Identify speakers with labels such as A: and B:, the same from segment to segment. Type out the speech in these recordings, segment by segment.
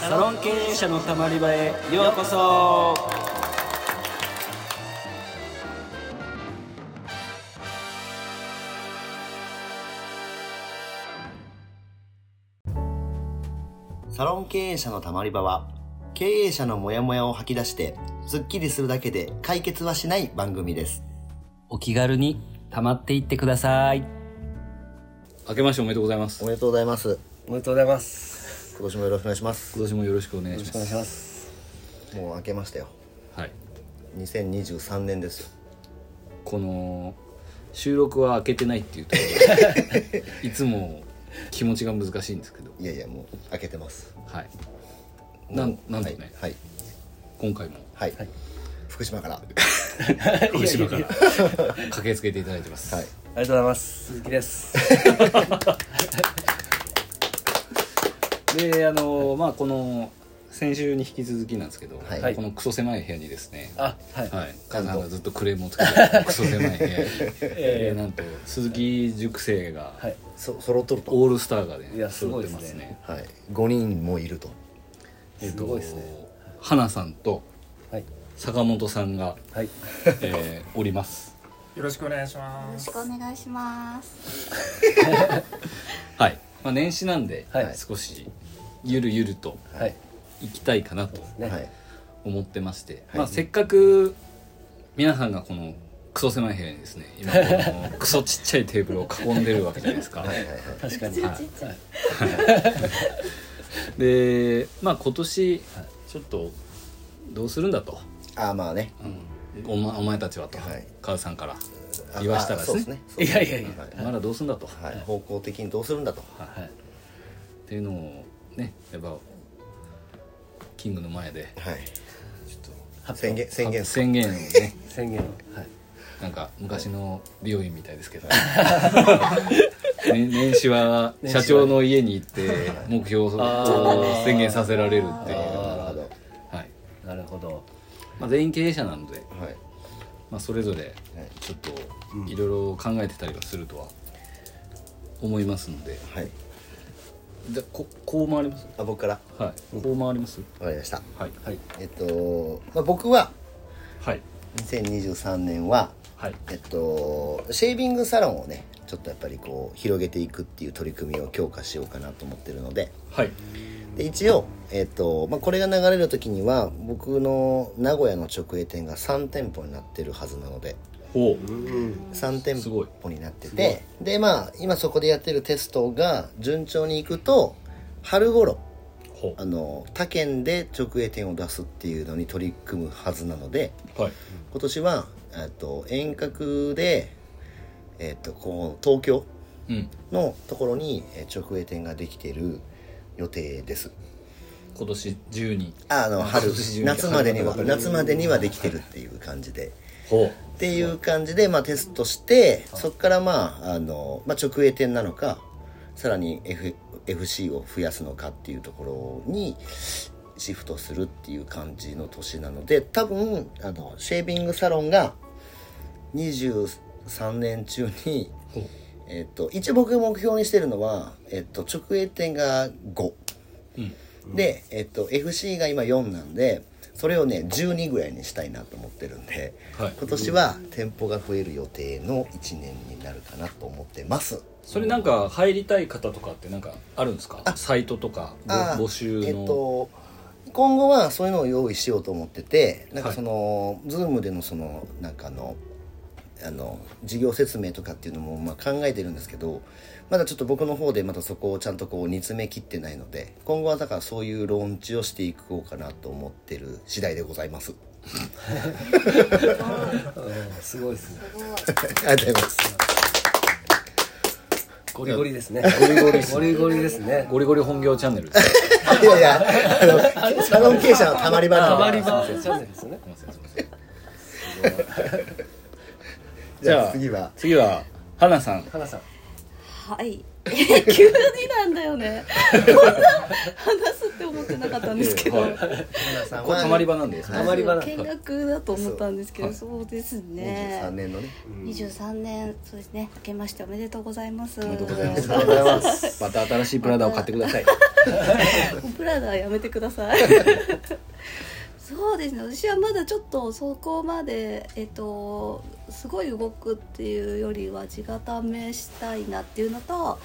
A: サロン経営者のたまり場へようこそ
B: サロン経営者のたまり場は、経営者のモヤモヤを吐き出して、スッキリするだけで解決はしない番組です。
A: お気軽にたまっていってください
C: 明けましておめでとうございます
B: おめでとうございます。
D: おめでとうございます。
B: 今年もよろしくお願いします。
C: 今年もよろしくお願いし
D: お
C: ま
D: 願い
C: す
D: します。
B: もう明けましたよ。
C: はい
B: 2023年ですよ。
C: この収録は開けてないっていうとこ ろがいつも気持ちが難しいんですけど
B: いやいや、もう明けてます。
C: はいなんなんとね、
B: はい。
C: 今回も
B: はい。はい、福島から。
C: 福島から駆けつけていただいてます、
B: はい。
D: ありがとうございます。鈴木です。
C: であのまあこの先週に引き続きなんですけど、
B: はい
C: このクソ狭い部屋にですね
D: あ、はい。
C: はい、カズさんがずっとクレームをつけてたクソ狭 い部屋に、えーなんと鈴木塾生が、
D: はい。
B: そ、揃っとると。
C: オールスターがね
D: いやす
C: 揃
D: ご
C: っ
D: い
C: て
D: です
C: ま
D: ね
C: すね
B: はい。5人もいると。
C: えっと
D: すごいですね
C: 花さんと
D: はい。
C: 坂本さん が、
D: はい。
C: えーおります
E: よろしくお願いしま
F: よろ
E: す
F: しくお願いします。
C: はい、まあ、年始なんで、
D: はい
C: 少しゆるゆると
D: はい。
C: 行きたいかなと
D: ね
B: はい。
C: 思ってまして、
B: はい
C: まあ、せっかく皆さんがこのクソ狭い部屋にですね今このクソちっちゃいテーブルを囲んでるわけじゃないですか
B: はいはいはい。
D: 確かに。
C: はいでまあ今年ちょっとどうするんだと、
B: あー、まあね。
C: お前お前たちはと、
B: はい
C: 母さんから
B: あ
C: 言わしたら
B: あ
C: です
B: そう
C: ね
B: ですね。
D: いやいやいや。
B: はい
C: まだどうするんだと、
B: はい、方向的にどうするんだと。
D: はい。
C: っていうのをねやっぱキングの前で
B: はい。
C: ちょっ
B: 宣言、宣言
C: と。宣言をね
D: 宣言を。はい。
C: なんか昔の美容院みたいです けど、ね年始は社長の家に行って目標を
D: あー
C: 宣言させられるっていう、
B: なる
C: は
B: ほど。
C: い
D: なるほど。
C: まあ、全員経営者なので、
B: はい。
C: まあ、それぞれちょっといろいろ考えてたりはするとは思いますので
B: はい。
C: じゃあここう回ります
B: あ、僕から。わ
C: はいこう回ります
B: かりました。
C: はい
D: はい。
B: えっと、まあ、僕は
C: はい
B: 2023年は、
C: はい
B: えっと、シェービングサロンをねちょっとやっぱりこう広げていくっていう取り組みを強化しようかなと思ってるので
C: はい
B: で一応、えっとまあ、これが流れる時には僕の名古屋の直営店が3店舗になってるはずなので
C: おう
B: 3店
C: すごい
B: 舗になっててでまあ今そこでやってるテストが順調にいくと春頃
C: ほ
B: あの他県で直営店を出すっていうのに取り組むはずなので。
C: うはい
B: 今年は、えっと、遠隔で、えっと、こう東京
C: うん
B: のところにえー直営店ができてる予定です
C: 今年中に
B: ああの春
C: 今年中に
B: 夏までには
C: 春
B: 夏までにはできてるっていう感じで
C: ほう
B: っていう感じで、まあ、テストしてそこから、まああのまあ、直営店なのかさらに、F、FC を増やすのかっていうところにシフトするっていう感じの年なので多分あのシェービングサロンが23年中に
C: ほう、
B: えっと、一応僕が目標にしてるのは、えっと、直営店が5。で、えっと、FC が今4なんでそれをね12ぐらいにしたいなと思ってるんで、
C: はい
B: 今年は店舗が増える予定の1年になるかなと思ってます
C: それなんか入りたい方とかってなんかあるんですかサイトとかぼ
B: あー
C: 募集の、
B: えっと今後はそういうのを用意しようと思っててなんか
C: はい
B: その、ズームでのそのなんかあのあの事業説明とかっていうのもまあ考えてるんですけどまだちょっと僕の方でまだそこをちゃんとこう煮詰めきってないので今後はだからそういうローンチをしていこうかなと思ってる次第でございます。
D: すごいですね。
B: ありがとうございます。
D: ゴリゴリですね。ゴリゴリ。ゴリゴリですね。
C: ゴリゴリ本業チャンネルです
B: いやいや、あの、サロン経営者のたまり場な
D: た
B: んで
D: まり場。チャンネルですよね。
C: すいませんすいません
B: じ
C: じ
B: ゃ
C: ゃ
B: あ
C: あ
B: 次は、
C: 次は花さん
D: 花さん。
F: はい。 え急になんだよね。こんな話すって思ってなかったんですけど。
D: 皆さん
B: これ
D: は
C: たまり場なんで
B: は
F: そ
B: いう
D: まり場な
F: 見学だと思ったんですけど、そうです
B: 23
F: ね。
B: 年のね
F: 二十三年、そうですね。明けましておめでとうございます。お
B: おめでとうございます
C: ありがとうございますまた新しいプラダを買ってください
F: プラダやめてください。そうですね。私はまだちょっとそこまでえっとすごい動くっていうよりは地固めしたいなっていうのと、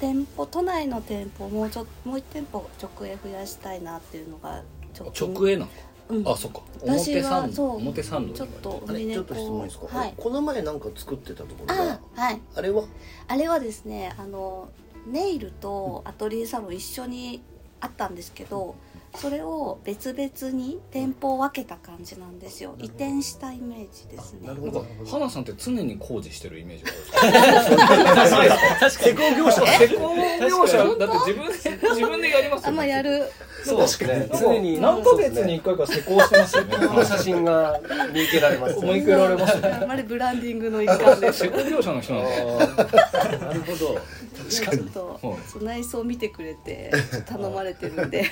F: 店舗都内の店舗もうちょもう一店舗直営増やしたいなっていうのが
C: 直営な
F: うん
C: のあそっか
F: 私
C: 表
F: は
C: 参
F: そう
C: 道表参道
F: ちょっと
B: あれちょっと質問いいですか、
F: はい。
B: この前なんか作ってたところ
F: あ
B: が
F: はい。
B: あれは
F: あれはですねあのネイルとアトリエサロン一緒にあったんですけどそれを別々に店舗を分けた感じなんですよ移転したイメージですね
B: なるほ
C: なんか
B: ど
C: 花さんって常に工事してるイメージがある
B: 施工業者
C: 施工業者だって自分で自分でやります
F: あ
C: よ
F: んまやる
D: そうですね常に
C: 何ヶ月に1回か施工してますよね
D: この写真が見受けられます
C: 思い受けられますよね
F: あんまりブランディングの一環で
C: 施工業者の人なんで
D: なるほど
F: ちょっと
C: はい
F: そう内装見てくれて頼まれてるんで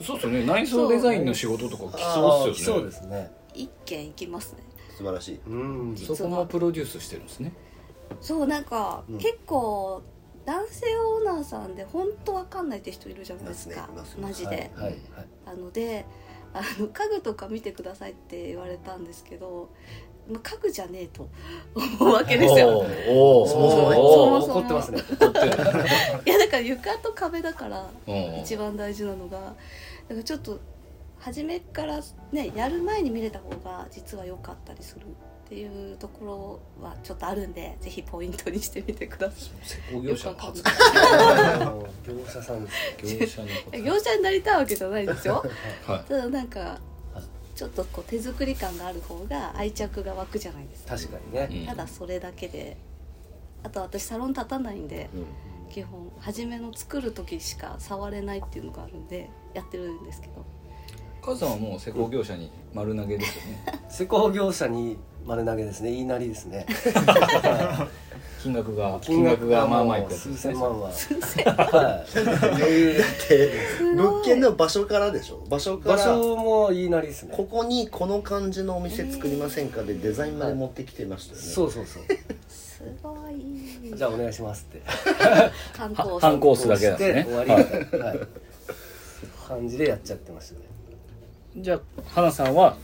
C: そうっすよね内装デザインの仕事とか来そうっす
D: あ
C: よ
D: ーそう
C: ね
D: ですね
F: 一軒行きますね
B: 素晴らしい
D: うん
C: そこもプロデュースしてるんですね
F: そうなんか、
D: うん
F: 結構男性オーナーさんで本当わかんないって人いるじゃないですか
B: いますねい
F: マ
B: ま
F: ジで、
D: はいはい
F: なのであの家具とか見てくださいって言われたんですけど、まあ、家具じゃねえと思うわけですよ
B: おおそもそもね
F: そも
D: おー
F: そも
D: 怒ってますね
F: いやだから床と壁だから
C: うん
F: 一番大事なのがだからちょっと初めからねやる前に見れた方が実は良かったりするっていうところはちょっとあるんでぜひポイントにしてみてくださ
C: 施工業者の発言
D: もう業者さんです
C: 業者の発
F: い
C: 言
F: 業者になりたいわけじゃないですよ
C: はい
F: ただなんかちょっとこう手作り感がある方が愛着が湧くじゃないですか
D: 確かにね
C: うん
F: ただそれだけであと私サロン立たないんで
B: うん
F: 基本初めの作る時しか触れないっていうのがあるんでやってるんですけど
C: カズさんはもう施工業者に丸投げですよね
D: 施工業者に丸投げですね言いなりで すね
C: 金額が金額がまあまあいくやつ
D: 数
C: ですね
D: 千万ははい余裕で
F: す
B: 物
F: ごい
B: 件の場所からでしょ場所か
D: 場
B: ら
D: 所も言いなりですね
B: ここにこの感じのお店作りませんかでデザインまで持ってきてましたよね
D: そうそうそう
F: すごい
D: じゃあお願いしますって
F: 観
C: は
F: 光さ
C: 半
F: ん
C: コースだけなん
D: して
C: です
D: 終
C: ね
D: わりみたいなはい感じでやっちゃってましたね
C: じゃあ花さんは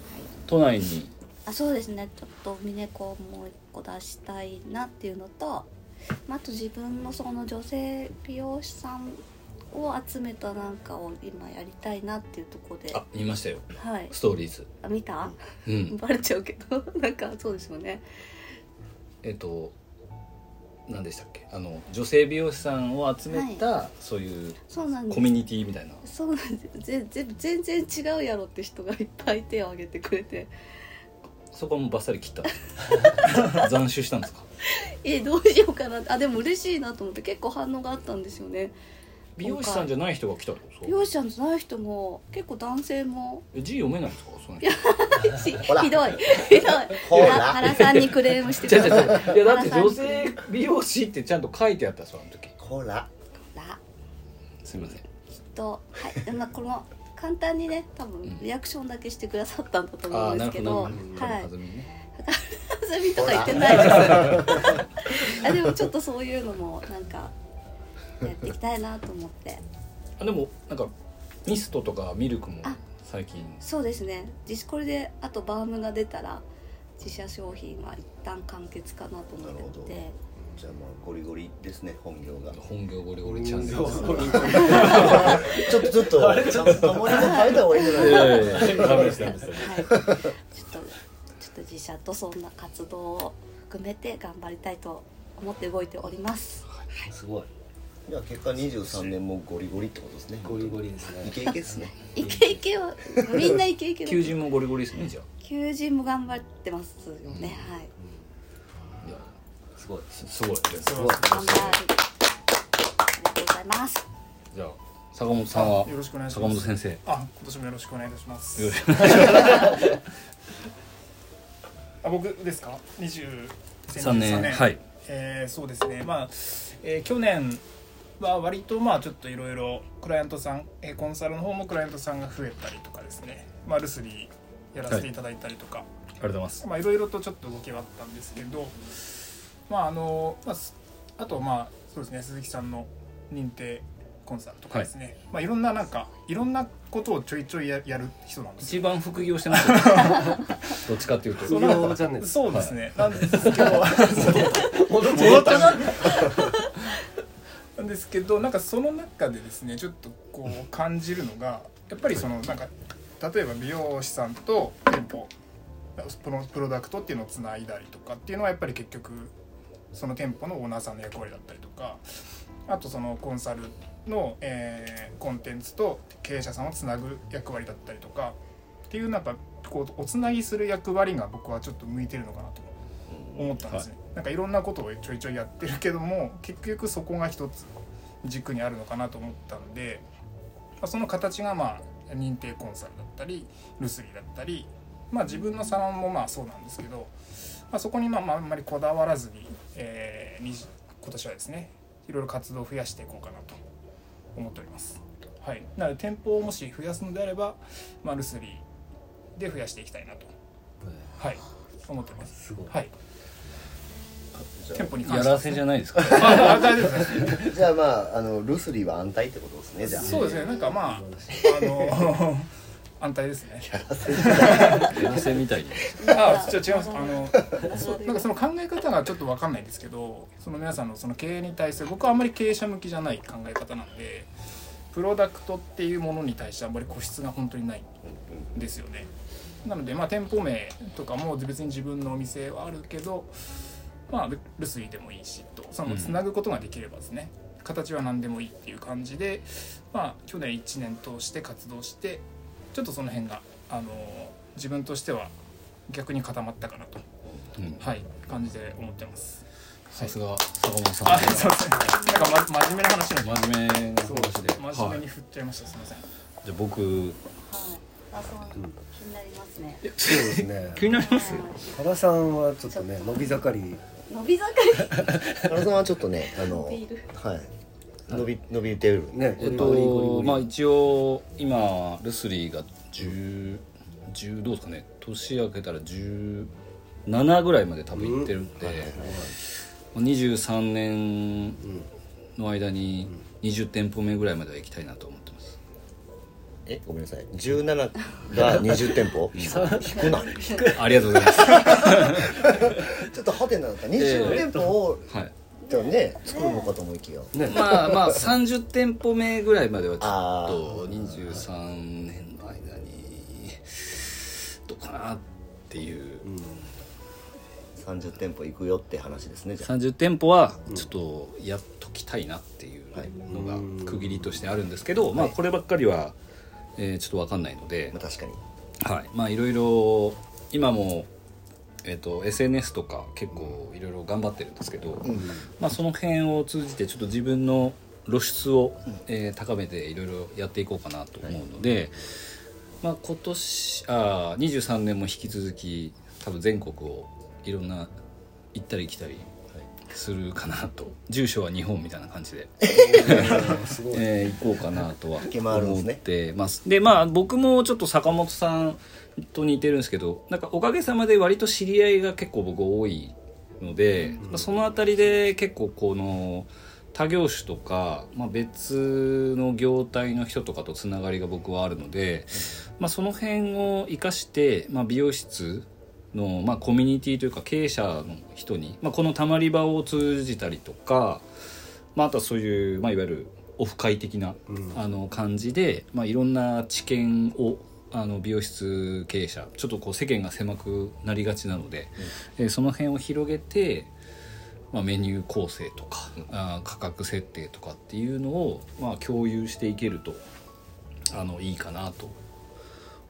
C: 都内に
F: あそうですねちょっとミネコもう一個出したいなっていうのと、まあ、あと自分のその女性美容師さんを集めたなんかを今やりたいなっていうところで
C: あ見ましたよ
F: はい
C: ストーリーズ
F: あ見た、
C: うん
F: バレちゃうけど なんかそうですよね
C: えっと何でしたっけあの女性美容師さんを集めた、そういう
F: そうなんです
C: コミュニティみたいな
F: そうなんですぜぜ全然違うやろって人がいっぱい手を挙げてくれて
C: そこはもうバッサリ切ったんです か斬首したんですか
F: えどうしようかなあでも嬉しいなと思って結構反応があったんですよね
C: 美容師さんじゃない人が来たってこと
F: 美容師さんじゃない人も結構男 性も
C: え字読めないんですかその人
F: ひひ
B: ら
F: どいひどい
B: ほら
F: は原さんにクレームしてく
C: 違
F: だ
C: う違
F: さ
C: 違
F: いう
C: ういやだって
F: 原さんに
C: 女性美容師ってちゃんと書いてあったその時
B: こら
F: ら
C: すいません
F: きっとはいまあこの簡単にね多分リアクションだけしてくださったんだと思うんですけど
C: あー
F: は
C: ないるほどなるほど弾みね
F: 遊びとか言ってないです。あでもちょっとそういうのもなんかやっていきたいなと思って。
C: あでもなんかミストとかミルクも
F: あ
C: 最近
F: そうですね。実これであとバームが出たら自社商品は一旦完結かなと思
B: なるほ
F: って
B: ど
F: て。
B: じゃあもうゴリゴリですね本業 が
C: 本業ゴリゴリチャンネル
D: そうそう
B: ちょっとちょっと あれちょっともりも変えた方がいいんじゃない
C: い
B: か
C: やいやいやダメですダメです
F: はい。ちょっとちょっと自社とそんな活動を含めて頑張りたいと思って動いております。
D: すごい
B: じゃあ結果23年もゴリゴリってことですね
D: ゴリゴリですね
B: イケイケですね
F: イケイケはみんなイケイケだ。
C: 求人もゴリゴリですねじゃ
F: 求人も頑張ってますよね。はい。
C: あいや
D: すごい
C: すすごいです
D: すごい
F: 頑張る。ありがとうございます。
C: じゃあ坂本さんは
E: よろしくお願いし
C: 坂
E: ま
C: 本
E: す。
C: 先生よ
E: あ、今年もよろしくお願いいたします。
C: ろしく
E: あ、僕ですか？二十
C: 3年はい
E: えーそうですねまあ、えー去年は割とまあちょっといろいろクライアントさん、えーコンサルの方もクライアントさんが増えたりとかですね、まあ、留守にやらせていただいたりとか、
C: がとうございます
E: まあいろいろとちょっと動きはあったんですけどまああの、まあ、すあとまあそうですね鈴木さんの認定コンサルとかですね、い、まあいろんななんかいろんなことをちょいちょいややる人なんですよ
C: 一番副業してますよどっちかっていうと
E: そう
D: 無料チャンネル
E: そうですね、なんですけど
D: 戻っ
E: 戻ったななんですけどなんかその中でですねちょっとこう感じるのがやっぱりそのなんか例えば美容師さんと店舗プロプロダクトっていうのをつないだりとかっていうのはやっぱり結局その店舗のオーナーさんの役割だったりとかあとそのコンサルの、えーコンテンツと経営者さんをつなぐ役割だったりとかっていうなんかこうおつなぎする役割が僕はちょっと向いてるのかなと思ったんですね、なんかいろんなことをちょいちょいやってるけども結局そこが一つ軸にあるのかなと思ったので、まあ、その形がまあ認定コンサルだったりルスリーだったり、まあ、自分のサロンもまあそうなんですけど、まあ、そこにまあまああんまりこだわらずに,、えーに今年はですねいろいろ活動を増やしていこうかなと思っております。はい、なので店舗をもし増やすのであれば、まあ、ルスリーで増やしていきたいなと、はい、思ってます。はい店舗に関
C: や
E: しては
C: らせじゃないですか
E: ああ大丈夫です
B: じゃあまああのルスリーは安泰ってことですねじゃあ
E: そうですねなんかまあ あの安泰ですね
C: やらせみたいに
E: あちょ違いますあの
F: そう
E: なんかその考え方がちょっとわかんないんですけどその皆さんのその経営に対する僕はあんまり経営者向きじゃない考え方なんでプロダクトっていうものに対してあんまり固執が本当にないんですよねなのでまあ店舗名とかも別に自分のお店はあるけどまあ留守でもいいしとそのつなぐことができればですね、形は何でもいいっていう感じでまあ去年1年通して活動してちょっとその辺があの自分としては逆に固まったかなと
C: うん
E: はい、感じで思ってます。
C: さすが坂本さん
E: あ、そうですね。なんか、ま、真面目な話なんで。
C: 真面目な話で
E: 真面
C: は
E: 目
C: い
E: に振っちゃいました。すみません。
C: じゃあ僕
F: はいあそう気になりますね
D: そうですね
C: 気になります
D: 原さんはちょっとね伸び盛り
F: 伸び盛り
B: 原さんはちょっとねあの
F: 伸びる
B: はい伸び伸びてる
D: ね
C: えっ
D: ゴリゴリゴ
C: と
D: リ
C: まあ一応今ルスリーが10 10どうですかね年明けたら17ぐらいまで多分いってるんで、23年の間に20店舗目ぐらいまでは行きたいなと思ってます
B: えごめんなさい17が20店 舗低くない
C: ありがとうございます
B: ちょっとハテナだった20店舗を
C: はい
B: じゃあね作るのかと思いきや
C: まあまあ30店舗目ぐらいまではち
B: あ
C: ょっと23年の間にどうかなっていう
B: 30店舗行くよって話ですねじゃあ
C: 30店舗はちょっとやっときたいなっていうのが区切りとしてあるんですけど、まあこればっかりは、えーちょっと分かんないので
B: まあ、確かに
C: はい、まあいろいろ今も、えー、と SNS とか結構いろいろ頑張ってるんですけど、まあ、その辺を通じてちょっと自分の露出を、えー高めていろいろやっていこうかなと思うので、まあ、今年あー23年も引き続き多分全国をいろんな行ったり来たり。するかなと住所は日本みたいな感じで、えー行こうかなとは
B: 駆け回るんですね
C: 思ってますでまあ僕もちょっと坂本さんと似てるんですけどなんかおかげさまで割と知り合いが結構僕多いので、まあ、その辺りで結構この他業種とか、まあ、別の業態の人とかとつながりが僕はあるので、まあ、その辺を生かして、まあ、美容室の、まあ、コミュニティというか経営者の人に、まあ、このたまり場を通じたりとか、まあ、あとはそういう、まあ、いわゆるオフ会的な、あの感じで、まあ、いろんな知見をあの美容室経営者ちょっとこう世間が狭くなりがちなので、えーその辺を広げて、まあ、メニュー構成とか、あー価格設定とかっていうのを、まあ、共有していけるとあのいいかなと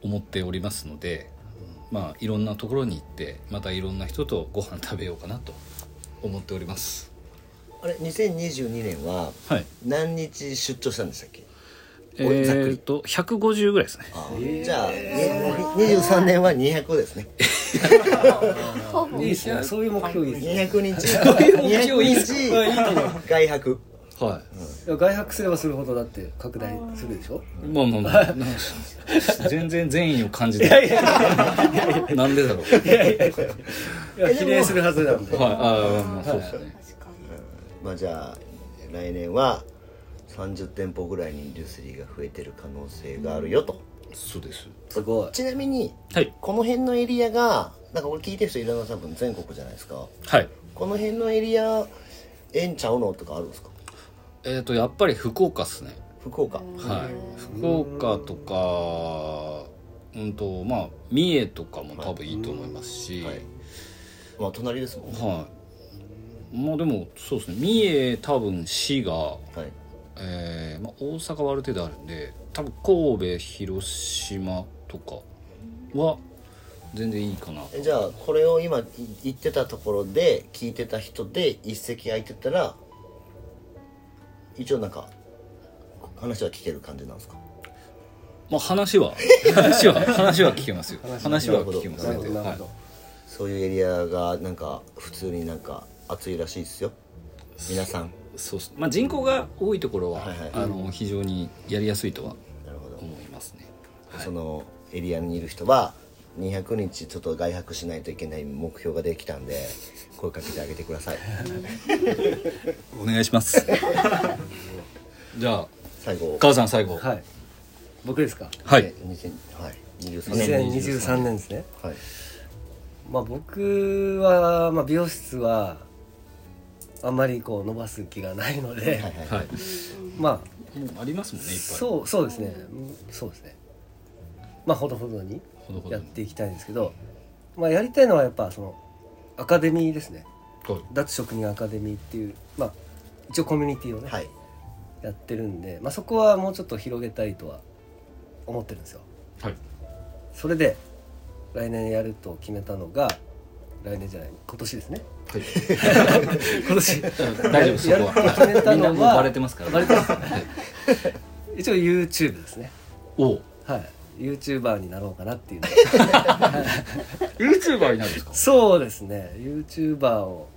C: 思っておりますので、まあ、いろんなところに行ってまたいろんな人とご飯食べようかなと思っております。
B: あれ2022年は
C: はい
B: 何日出張したんでしたっけ
C: え
B: おざっくり
C: ー、と150ぐらいですね
B: あーじゃあ、ね、23年は200ですね
F: ほぼ
D: いいですねそういう目標いいですね
B: 200日
C: 目標いい
B: 200
C: です
B: 日
C: か
B: 外泊
C: は
D: 外泊すればするほどだって拡大するでしょ
C: い。まあまあまあ。なんか 全然善意を感じない。なんでだろう。はい。
D: いや比例するはずなんで
C: ああ、まあそうですね。
F: 確か
B: まあじゃあ来年は30店舗ぐらいにデュースリーが増えてる可能性があるよと、
C: そうです。
D: すごい
B: ちなみに
C: はい。
B: この辺のエリアがなんかこれ聞いてる人いろんな多分全国じゃないですか
C: はい。
B: この辺のエリアえんちゃうのとかあるんですか
C: えっ、と、やっぱり福岡っすね。
B: 福岡
C: はい。福岡とか、うんと、まあ、三重とかも多分いいと思いますし、
B: はいまあ隣ですもん
C: はい。まあでも、そうですね。三重多分市が、
B: はい
C: えーまあ、大阪はある程度あるんで多分神戸広島とかは全然いいかな
B: えじゃあこれを今い言ってたところで聞いてた人で一席空いてたら一応なんか話は聞ける感じなんですか
C: まあ話 は話は話は聞けますよ話は聞けます
D: なる
C: 全
D: ほど
C: 然
D: なる
C: は
D: ほ
C: い
D: ど
B: そういうエリアがなんか普通になんか暑いらしいですよ皆さん
C: そうっすまあ人口が多いところは、
B: はいはい
C: あの非常にやりやすいとは
B: なるほど、
C: 思いますね
B: そのエリアにいる人は200日ちょっと外泊しないといけない目標ができたんで声かけてあげてくだ さい
C: お願いします じゃあ
B: 最後
C: 母さん最後はい、
D: はい僕ですか
B: 2000はい23年
D: 2023年ですね
B: はい
D: まあ僕は、まあ、美容室はあんまりこう伸ばす気がないの
B: は
D: で、
B: いはい、
C: はい、
D: まあ
C: もうありますもんねいっぱい
D: そうそうですねうんそうですねまあほどほどに
C: ほどほど
D: やっ
C: に
D: ていきたいんですけどまあやりたいのはやっぱそのアカデミーですね
C: はい
D: 脱職人アカデミーっていうまあ一応コミュニティをね、
B: はい
D: やってるんで、まあ、そこはもうちょっと広げたいとは思ってるんですよ
C: はい
D: それで来年やると決めたのが来年じゃない今年ですね
C: はい
D: 今年
C: 大丈夫そこ
D: やると決め
C: は
D: た
C: みんな
D: の
C: もう
D: は
C: バレてますから、
D: バレてます
C: はい
D: 一応 YouTube ですね
C: おう
D: はい、YouTuber になろうかなっていう
C: YouTuber になるんですか
D: そうですね YouTuber を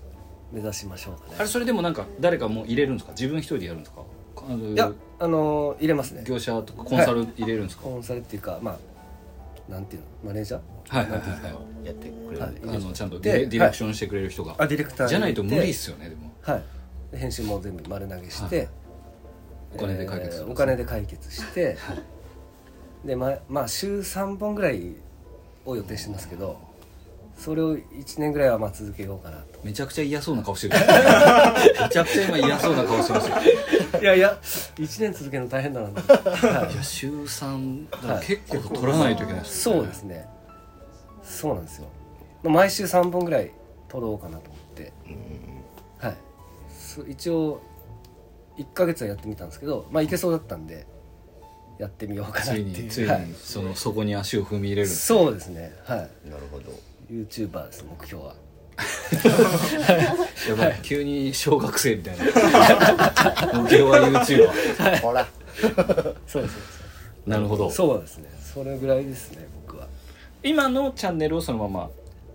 D: 目指しましょうか
C: あれそれでもなんか誰かもう入れるんですか自分一人でやるんですかあの
D: ねいやあのー入れますね
C: 業者とかコンサル入れるんですか
D: コンサルっていうかまあなんていうのマネージャー
C: はいはいはいはい
B: やってくれる、
D: は
C: あ
D: い
C: のちゃんとディレ
D: ではい
C: ディレクションしてくれる人が、
D: あディレクター
C: じゃないと無理っ
D: よ
C: すよねでも
D: はいで編集も全部丸投げして、
C: はいお金で解決す
D: え
C: る、
D: ーお金で解決してでままあ週3本ぐらいを予定してますけどそれを1年ぐらいはまあ続けようかなと
C: めちゃくちゃ嫌そうな顔してるめちゃくちゃ今嫌そうな顔してますよ
D: いやいや1年続けるの大変だなと、 はい
C: いや週3だから
D: はい
C: 結構取らないといけないですよ
D: そうですねそうなんですよまあ毎週3本ぐらい撮ろうかなと思ってはいそ一応1ヶ月はやってみたんですけどまあいけそうだったんでやってみようかなっ
C: つ
D: て
C: い
D: い
C: に
D: う
C: つい
D: はい
C: にそのそこに足を踏み入れる
D: そうですねはい
B: なるほど
D: YouTuber です目標は
C: やばい、急に小学生みたい な模型は YouTuber
B: ほら
D: そうですそうです
C: なるほど
D: そうですねそれぐらいですね僕は
C: 今のチャンネルをそのまま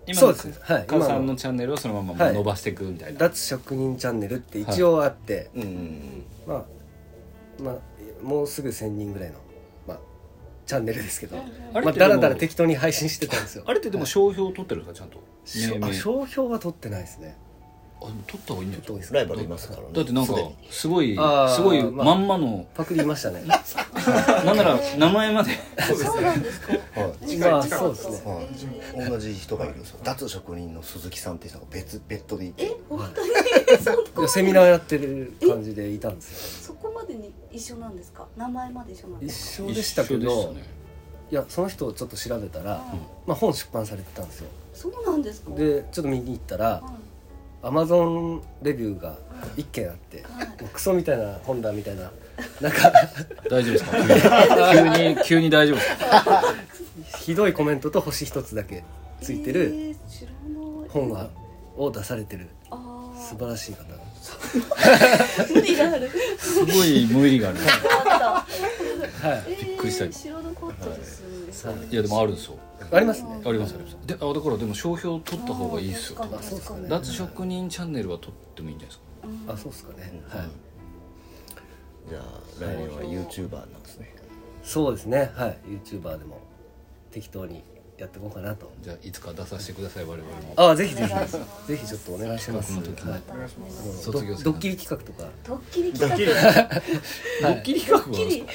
C: 今
D: そ
C: の
D: うですねはい
C: 母さ
D: 今
C: ん
D: の
C: のチャンネルをそのまま
D: はい
C: 伸ばしていくみたいな、
D: 脱職人チャンネルって一応あって、
B: うん
D: まあまあもうすぐ1000人ぐらいのまあチャンネルですけど
C: あれ
D: ま
C: っ
D: あ、
C: て
D: だらだ
C: で
D: ら
C: も
D: 適当に配信してたんですよ
C: あれってでも商標取ってるんですかちゃんと
D: しょ
C: 命
D: あ
C: 名
D: 商標は取ってないですね
C: あでも取った方がいいんじゃない
D: どうですか
B: ライバルいますからね
C: だってなんか
B: すでに
C: すごい
D: あー
C: すごい
D: まあ
C: まんまの、
D: パクリましたね
C: なんなら名前まで
F: にそうなんですか
B: はい
D: まあそうですね
B: はい、同じ人がいるんですよ脱職人の鈴木さんって人が別別途でいて
F: え本当に
D: いやセミナーやってる感じでいたんですよ
F: そこまでに一緒なんですか名前まで一緒なんで
D: 一
F: す
D: 緒でしたけ
C: 一緒
D: ど、
C: でし
D: いやその人をちょっと調べたら、
F: うん
D: まあ、本出版されてたんですよ
F: そうなんですか
D: でちょっと見に行ったら
F: は
D: アマゾンレビューが1件あって、もうクソみたいな本だみたいななんか
C: たね大丈夫ですか急に急 に急に大丈夫ですか
D: ひどいコメントと星1つだけ
F: い
D: ついて
F: え
D: る
F: ー知らない
D: 本が、を出されてる
F: あ
D: 素晴らしい方
F: ー無理がある
C: すごい無理がある
F: あった
D: はい
F: び
C: っくりした
F: 知らなかったです、
D: はい
C: いやでもあるんですよ
D: ありますね
C: ありますありますであだからでも商標取った方がいいですよ
F: あー確かに確かに
C: 脱職人チャンネルは取ってもいいんじゃないですか
D: あそうですかね、はい
B: じゃあ来年は YouTuber なんですね
D: そうですねはい YouTuber でも適当にやっていこうかなと
C: じゃあいつか出させてください我々も
D: あぜひぜ
F: お願いしま
D: ひぜひちょっとお願いします、はい、
C: 企
E: お願いします
D: ド
C: 卒業生
D: ドッキリ企画とか
F: ドッキリ企
C: ドッキリ企画は
F: 画ドッキリ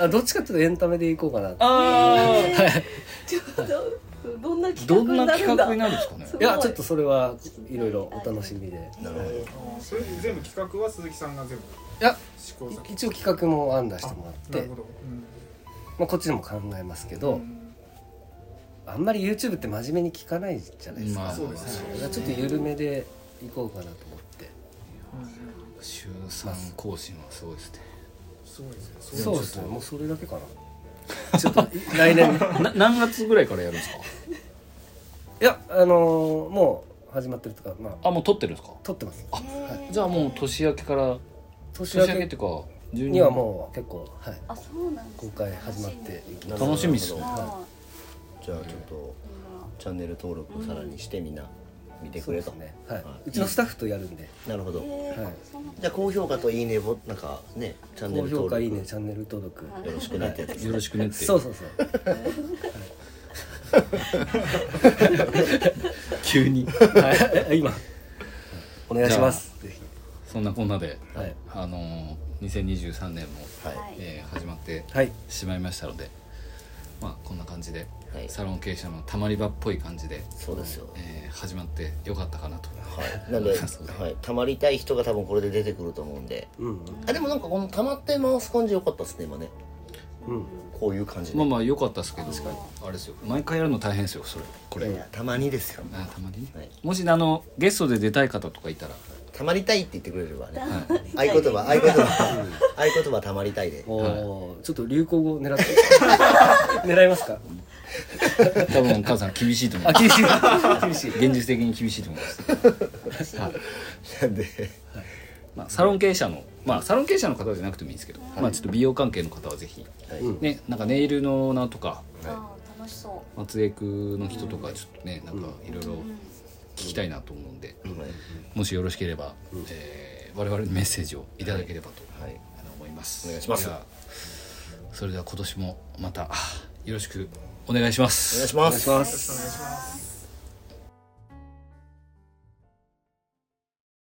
D: あどっちかっていうとエンタメでいこうかなと
C: あ
F: えーちょっとどんな
C: ーどん
F: 企画にな
C: な
F: るん
C: 企
F: だ
C: 画になるんですかね
F: すご
D: いやちょっとそれはいろいろお楽しみで
B: なるほど
E: あそれ全部企画は鈴木さんが全部
D: いや
E: 試行錯誤
D: 一応企画も案出してもらっ
E: な
D: て
E: るほ、ど、うん
D: まあ、こっちでも考えますけど、あんまり YouTube って真面目に聞かないじゃないですか、
C: まあ
E: そうですね
D: だからちょっと緩めでいこうかなと思って
C: 週3更新はすごいですね
E: すごいですね
D: そうですねもうそれだけかなちょっと来年
C: な何月ぐらいからやるんですか
D: いやあのーもう始まってるとかまあ
C: あもう撮ってるんですか
D: 撮ってます
C: じゃあもう年明けから
D: 年
C: 年明
D: 明
C: けって
D: け
C: いうか12
D: にはもう結構はい
F: あそうなんです
D: 公開始まっていきます
C: 楽しみっすね
F: あ
B: じゃあちょっとチャンネル登録をさらにしてみんな見て
D: そ
B: く
D: う
B: れ
D: で
B: と、
D: すね、はい、うちのスタッフとやるんで
B: なるほ
F: ー
B: ど
F: え
D: はい
F: ーそうなん
B: じゃあ高評価といいねボなんかねチャンネ
D: 高
B: ル
D: 評
B: 登
D: 価
B: 録
D: いいねチャンネル登録
F: はい
B: よろしくねってやつです
C: よろしくねって
D: そうそうそう
C: 急に
D: はい今お願いしますぜ
C: そんなこんなで、
D: ひはい
C: あのー、2023年も、
B: はい
F: はい
C: えー始まって
D: はい
C: しまいましたので、まあ、こんな感じで、
B: はい
C: サロン経営者のたまり場っぽい感じで、
B: そうですよ
C: えー始まってよかったかなと。
B: はいなんで、はい、たまりたい人が多分これで出てくると思うんで
D: うん
B: あでもなんかこのたまって回す感じ良かったですね今ね
D: うんうん
B: こういう感じで、
C: まあまあ良かったですけどあれですよ毎回やるの大変ですよそれこれ、
B: いやたまにですよ
C: あたまにね、
B: はい
C: もしあのゲストで出たい方とかいたら
B: たまりたいって言ってくれればね
C: は
B: 合言葉合言葉 合言葉たまりたいで
D: おーちょっと流行語狙って 狙いますか
C: 多分母さん厳しいと思い
D: あ
C: ます
D: 厳しい厳しい
C: 現実的に厳しいと思います、はい
B: なんで
C: まあ、サロン経営者の、まあ、サロン経営者の方じゃなくてもいいんですけど、まあ、ちょっと美容関係の方はぜひ、
B: はい
C: ね、なんかネイルのなんとか
F: あー楽しそう
C: 松江区の人とかちょっとねなんかいろいろ聞きたいなと思うんで、
B: はい
C: もしよろしければ、えー我々にメッセージをいただければと
B: はい
C: あの思います。
B: お願いします
C: ではそれでは今年もまたよろしくお願いします。
B: お願いします
D: お願いします